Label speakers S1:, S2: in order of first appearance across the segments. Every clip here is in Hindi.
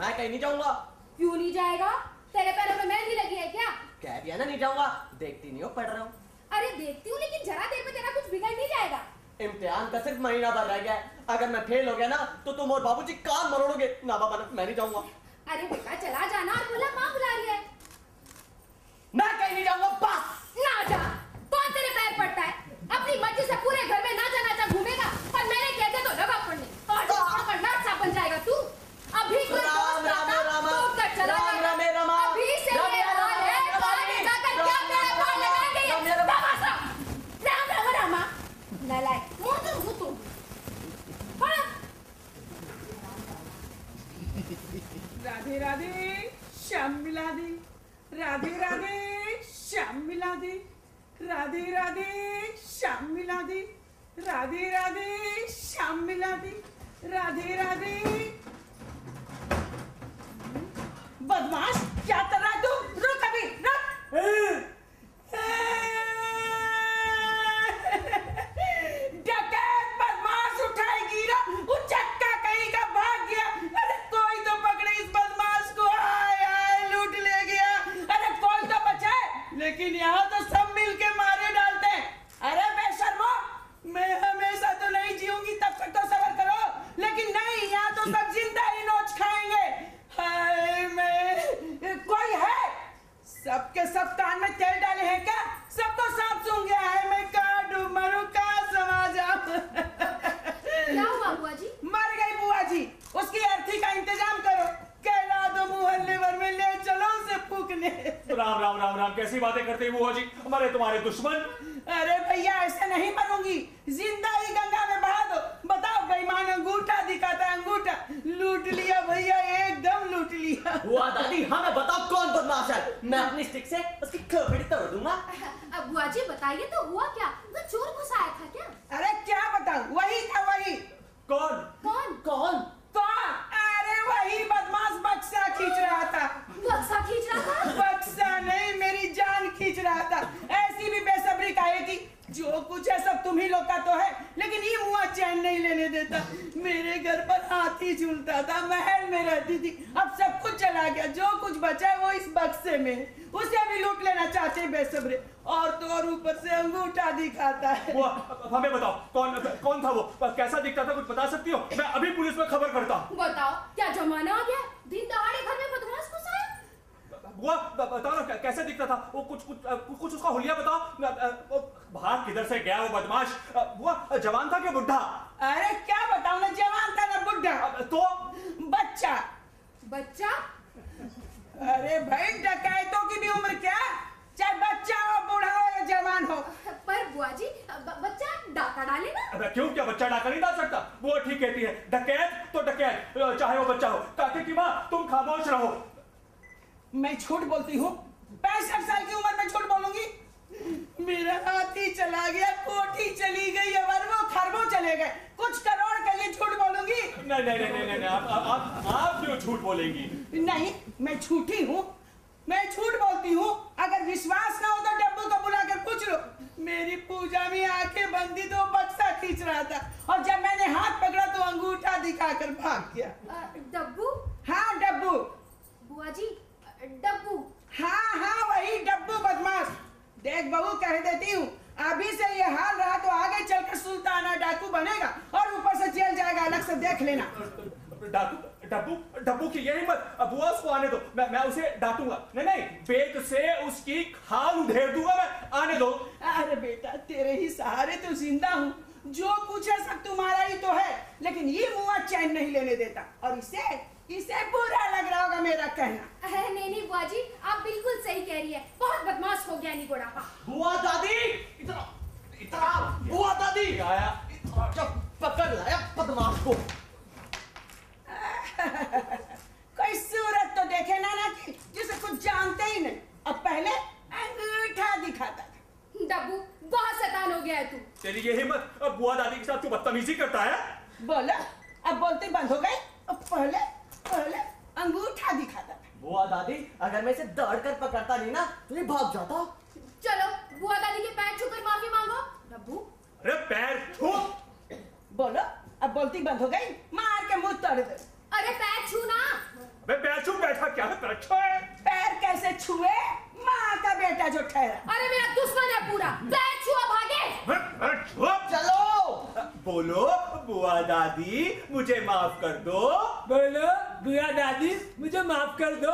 S1: जाऊंगा
S2: क्यों नहीं जाएगा तेरे पैरों में मेहंदी लगी है क्या
S1: कह दिया ना नहीं जाऊंगा देखती नहीं हो पढ़ रहा हूँ
S2: अरे देखती हूँ लेकिन जरा देर में तेरा कुछ बिगड़ नहीं जाएगा
S1: इम्तिहान का सिर्फ महीना भर रह गया है अगर मैं फेल हो गया ना तो तुम और बाबूजी कान मरोड़ोगे ना बाबा ना मैं नहीं जाऊंगा
S2: अरे बेटा चला जाना और बोला माँ बुला रही है
S1: मैं कहीं नहीं जाऊंगा बस
S2: ना जा कौन तेरे पैर पड़ता है अपनी मर्जी से पूरे घर में ना जाना जा घूमेगा पर मैंने कह दिया तो लगा पड़ने और जो वहाँ पर नर्स सा बन जाएगा तू अभी कोई
S1: राम
S2: दोस्त
S1: रामे
S2: आता,
S1: रामा
S2: तो उठकर चला
S1: राम
S2: जाएगा।
S1: रामे रामा
S2: अभी से
S1: राम
S2: ये
S1: रामे
S2: हाल है
S1: रामा,
S2: बाहर जाकर
S1: राम
S2: क्या
S1: रामे
S2: मेरे पास
S1: रामा,
S2: लगाएंगे ये?
S1: राम रामे रामा।
S2: राम राम राम रामा नालायक मुंह तो मुंह तो पड़ा
S3: राधे राधे श्याम मिला दे राधे राधे श्याम मिला दे राधे राधे श्याम मिला दे राधे राधे श्याम मिला दे राधे राधे बदमाश क्या कर रहा है तू रुक अभी रुक डकैत बदमाश उठाएगी ना वो चक्का कहीं का भाग गया अरे कोई तो पकड़े इस बदमाश को आए आए लूट ले गया अरे कोई तो बचाए लेकिन यहाँ तो सब मिलके मारे डालते हैं अरे बेशर्मो मैं हमेशा तो नहीं जीऊंगी तब तक तो सबर करो लेकिन नहीं यहाँ तो सब जिंदा ही नोच खाएंगे हाय मैं कोई है सबके सब कान में तेल डाले हैं क्या सबको सांप सूंघ गया है मैं कहाँ डूब मरूं कहाँ समा जाऊं
S2: क्या हुआ बुआ जी
S3: मर गई बुआ जी उसकी अर्थी का इंतजाम करो कहला दो मुहल्ले भर में ले चलो उसे फूकने
S4: राम राम राम राम कैसी बातें करते हैं बुआ जी हमारे तुम्हारे दुश्मन
S3: अरे भैया ऐसे नहीं मरूंगी जिंदा ही गंगा में बहा दो बताओ बेईमान अंगूठा दिखाता है अंगूठा लूट लिया भैया एकदम लूट लिया
S1: हुआ दादी हमें बताओ कौन बदमाश है मैं अपनी स्टिक से उसकी खोपड़ी तोड़ दूंगा
S2: अब बुआ जी बताइए तो हुआ क्या वो चोर घुसा आया था क्या
S3: अरे क्या बताऊं वही था वही
S4: कौन
S2: कौन
S1: कौन
S3: कौन अरे वही बदमाश बक्सा खींच रहा था
S2: बक्सा खींच रहा था
S3: बक्सा नहीं मेरी जान खींच रहा था ऐसी भी बेसब्री काहे की जो कुछ है सब तुम ही लोग का तो है लेकिन ये मुआ चैन नहीं लेने देता मेरे घर पर हाथी झूलता था महल में रहती थी अब सब कुछ चला गया जो कुछ बचा है वो इस बक्से में है। उसे भी लूट लेना चाहते हैं बेसब्रे और तो और ऊपर से अंगूठा दिखाता है
S4: बुआ अब हमें बताओ कौन कौन था वो कैसा दिखता था कुछ बता सकती हो मैं अभी पुलिस में खबर करता हूँ
S2: बताओ क्या जमाना आ गया दिन दहाड़े घर में बदमाश घुसा आया?
S4: बुआ ब- बताओ ना कै- कैसा दिखता था वो कुछ कुछ अ, कुछ कुछ उसका हुलिया बताओ अ, अ, वो बाहर किधर से गया वो बदमाश अ, बुआ जवान था क्या बुढ़ा
S3: अरे क्या बताऊं ना जवान था ना बुढ़ा
S4: अ, तो
S3: बच्चा
S2: बच्चा
S3: अरे भाई डकैतों की भी उम्र क्या चाहे बच्चा हो बूढ़ा हो या जवान हो
S2: पर बुआ जी ब- बच्चा डाका डाले ना
S4: अबे क्यों क्या बच्चा डाका नहीं डाल सकता वो ठीक कहती है डकैत तो डकैत अ, चाहे वो बच्चा हो काके की माँ तुम खामोश रहो
S3: मैं झूठ बोलती हूँ पैंसठ साल की उम्र में झूठ बोलूंगी मेरा हाथी चला गया कोठी चली गई अरबों खरबों चले गए कुछ करोड़ के लिए झूठ बोलूंगी
S4: नहीं नहीं नहीं नहीं, नहीं नहीं, आप आप- आप आप क्यों झूठ बोलेंगी
S3: नहीं मैं झूठी हूँ मैं झूठ बोलती हूँ अगर विश्वास ना हो तो डब्बू को बुलाकर पूछ लो मेरी पूजा में आंखें बंदी तो बक्सा खींच रहा था और जब मैंने हाथ पकड़ा तो अंगूठा दिखाकर भाग गया
S2: अ, डब्बू
S3: हाँ डब्बू
S2: बुआ जी अ, डब्बू
S3: हाँ हाँ वही डब्बू बदमाश देख बहू कह देती हूँ अभी से ये हाल रहा तो आगे चलकर सुल्ताना डाकू बनेगा और ऊपर से जेल जाएगा अलग से देख लेना
S4: डाकू डब्बू डब्बू की यही मत अब वो उसको आने दो मैं मैं उसे डांटूंगा नहीं नहीं बेत से उसकी खाल उधेड़ दूंगा मैं आने दो
S3: अरे बेटा तेरे ही सहारे तो जिंदा हूँ जो कुछ है सब तुम्हारा ही तो है लेकिन ये मुआ चैन नहीं लेने देता और इसे इसे बुरा लग रहा होगा मेरा कहना
S2: अरे नहीं नहीं बुआ जी आप बिल्कुल सही कह रही है बहुत बदमाश हो गया निकोड़ा
S1: हुआ दादी इतना इतना हुआ दादी
S4: आया
S1: इतना- जब पकड़ लाया बदमाश को
S3: कोई सूरत तो देखे नाना की जिसे कुछ जानते ही नहीं अब पहले अंगूठा दिखाता था
S2: डब्बू बहुत शैतान हो गया है तू
S4: तेरी ये हिम्मत अब बुआ दादी के साथ तू बदतमीजी करता है
S3: बोलो अब बोलते बंद हो गए अब पहले पहले अंगूठा दिखाता था
S1: बुआ दादी अगर मैं इसे दौड़ कर पकड़ता नहीं ना तो ये भाग जाता
S2: चलो बुआ दादी के पैर छूकर माफी मांगो डब्बू
S4: अरे पैर छू
S3: बोलो अब बोलती बंद हो गई मार के मुंह तोड़ दो
S2: अरे पैर छू ना
S4: अबे पैर छू बैठा बोलो बुआ दादी मुझे माफ कर दो
S5: बोलो बुआ दादी मुझे माफ कर दो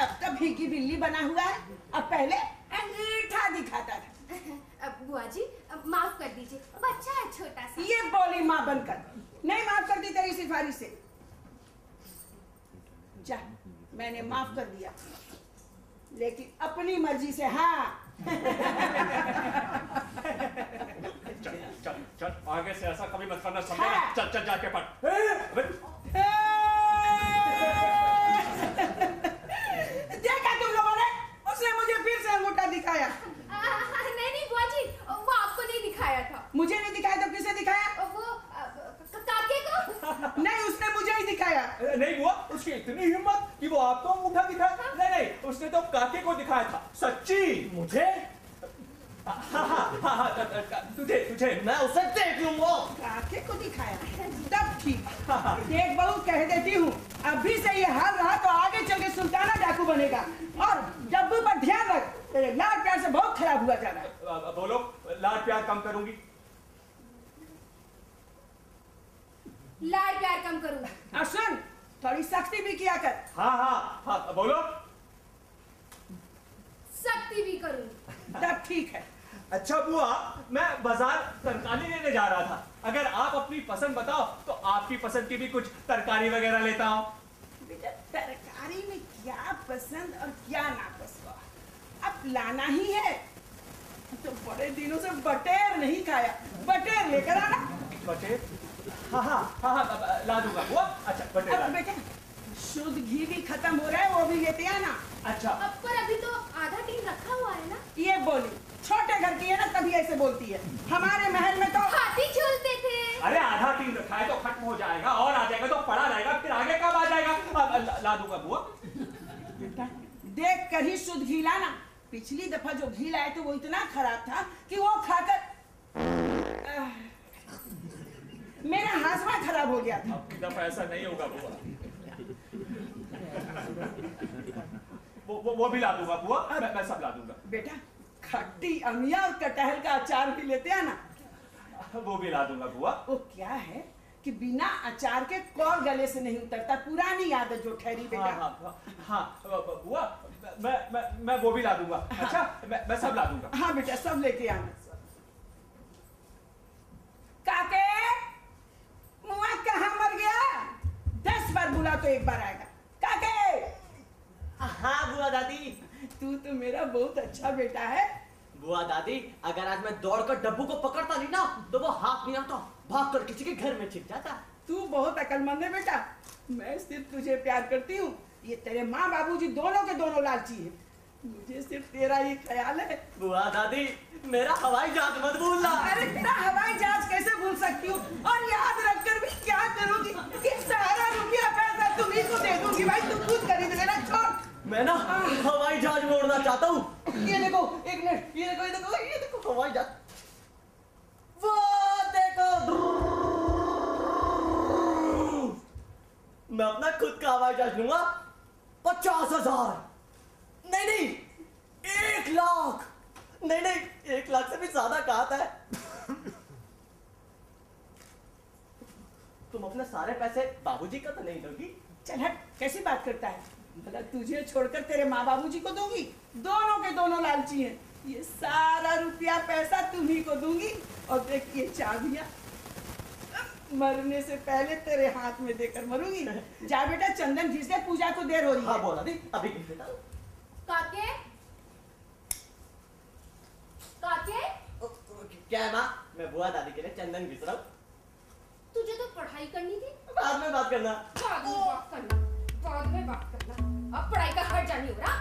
S3: अब तो भीगी बिल्ली बना हुआ है अब पहले अंगीठा दिखाता था
S2: अब बुआ जी अब माफ कर दीजिए बच्चा है छोटा सा
S3: ये बोली माँ बनकर नहीं माफ करती तेरी सिफारिश से जा मैंने माफ कर दिया लेकिन अपनी मर्जी से हाँ
S4: चल चल चल आगे से ऐसा कभी मत करना
S3: समझेगा? हाँ।
S4: चल चल जाके पढ़
S3: देखा तुम लोगों ने उसने मुझे फिर से अंगूठा दिखाया
S2: आ, नहीं नहीं बुआ जी वो आपको नहीं दिखाया था
S3: मुझे नहीं दिखाया तो किसे दिखाया
S2: वो अ, क- क- काके को
S3: नहीं उसने मुझे ही दिखाया
S4: नहीं बुआ उसकी इतनी हिम्मत कि वो तो आपको अंगूठा दिखाया नहीं नहीं उसने तो काके को दिखाया था सच्ची मुझे हाँ हाँ हाँ हाँ तुझे तुझे
S1: मैं उसे देख लूंगा
S3: काके को दिखाया तब ठीक एक बहू कह देती हूँ अभी से ये हाल रहा तो आगे चल के सुल्ताना डाकू बनेगा और डब्बू पर ध्यान रख तेरे लाल प्यार से बहुत खराब हुआ जा रहा है
S4: अब बोलो लाड प्यार कम करूंगी
S2: लाल प्यार कम करूंगा
S3: और सुन थोड़ी सख्ती भी किया कर
S4: हाँ हाँ हाँ अब बोलो
S2: सख्ती भी करूंगी
S3: तब ठीक है
S4: अच्छा बुआ मैं बाजार तरकारी लेने जा रहा था अगर आप अपनी पसंद बताओ तो आपकी पसंद की भी कुछ तरकारी वगैरह लेता हूँ
S3: बेटा तरकारी में क्या पसंद और क्या नापसंद अब लाना ही है तो बड़े दिनों से बटेर नहीं खाया बटेर लेकर आना
S4: बटे हाँ हाँ हाँ हाँ अब, अ, ला दूंगा बुआ अच्छा बटे
S3: अब
S4: ला-
S3: बेटा शुद्ध घी भी खत्म हो रहा है वो भी लेते आना
S4: अच्छा
S2: अब पर अभी तो आधा टीन रखा हुआ है ना
S3: ये बोली छोटे घर की है ना तभी ऐसे बोलती है हमारे महल में तो
S2: हाथी झूलते थे
S4: अरे आधा टीम रखा है तो खत्म हो जाएगा और आ जाएगा तो पड़ा रहेगा फिर आगे कब आ जाएगा अब ला, ला दूंगा बुआ
S3: बेटा देख कर ही शुद्ध घी लाना पिछली दफा जो घी लाए थे वो इतना खराब था कि वो खाकर आह, मेरा हाजमा खराब हो गया था
S4: अब की दफा ऐसा नहीं होगा बुआ वो वो वो भी ला दूंगा बुआ मैं, मैं सब ला दूंगा
S3: बेटा खट्टी अमिया और कटहल का अचार भी लेते आना
S4: वो भी ला दूंगा बुआ
S3: वो क्या है कि बिना अचार के कौर गले से नहीं उतरता पुरानी आदत जो ठहरी
S4: हाँ
S3: बेटा
S4: हाँ हाँ, हाँ ब- ब- बुआ मैं मैं मैं वो भी ला दूंगा अच्छा मैं मैं सब ला दूंगा
S3: हाँ बेटा सब लेके आना काके मुआ कहाँ मर गया दस बार बुला तो एक बार आएगा काके
S1: हाँ बुआ दादी
S3: तू तो मेरा बहुत अच्छा बेटा है
S1: बुआ दादी अगर आज मैं दौड़कर डब्बू को पकड़ता नहीं ना तो वो हाथ नहीं आता भाग कर किसी के घर में छिप जाता
S3: तू बहुत अकलमंद है बेटा मैं सिर्फ तुझे प्यार करती हूँ ये तेरे माँ बाबूजी दोनों के दोनों लालची है मुझे सिर्फ तेरा ये ख्याल है
S1: बुआ दादी मेरा हवाई जहाज मत भूलना
S3: अरे तेरा हवाई जहाज कैसे भूल सकती हूँ और याद रखकर भी क्या करूंगी ये सारा रुपया पैसा तुम्ही को दे दूंगी भाई तुम खुद खरीद लेना छोड़
S1: मैं ना हवाई जहाज में उड़ना चाहता हूँ
S3: ये देखो एक मिनट ये देखो ये देखो ये देखो
S1: हवाई जहाज वो देखो मैं अपना खुद का हवाई जहाज लूंगा पचास हजार नहीं नहीं एक लाख नहीं नहीं एक लाख से भी ज्यादा कहा है तुम अपने सारे पैसे बाबूजी का तो नहीं दोगी
S3: चल हट कैसी बात करता है भला तुझे छोड़कर तेरे माँ बाबूजी को दूंगी दोनों के दोनों लालची हैं ये सारा रुपया पैसा तुम्ही को दूंगी और देख ये चाबियां मरने से पहले तेरे हाथ में देकर मरूंगी जा बेटा चंदन घिस दे पूजा को देर हो रही
S1: हाँ
S3: है
S1: बोला दी अभी गिन देता हूँ।
S2: काके काके
S1: ओ, ओ, क्या है माँ मैं बुआ दादी के लिए चंदन घिस रहा हूँ
S2: तुझे तो पढ़ाई करनी थी
S1: बाद में बात करना
S2: बाद में बात करना बाद में बात करना अब पढ़ाई का हर्जा नहीं हो रहा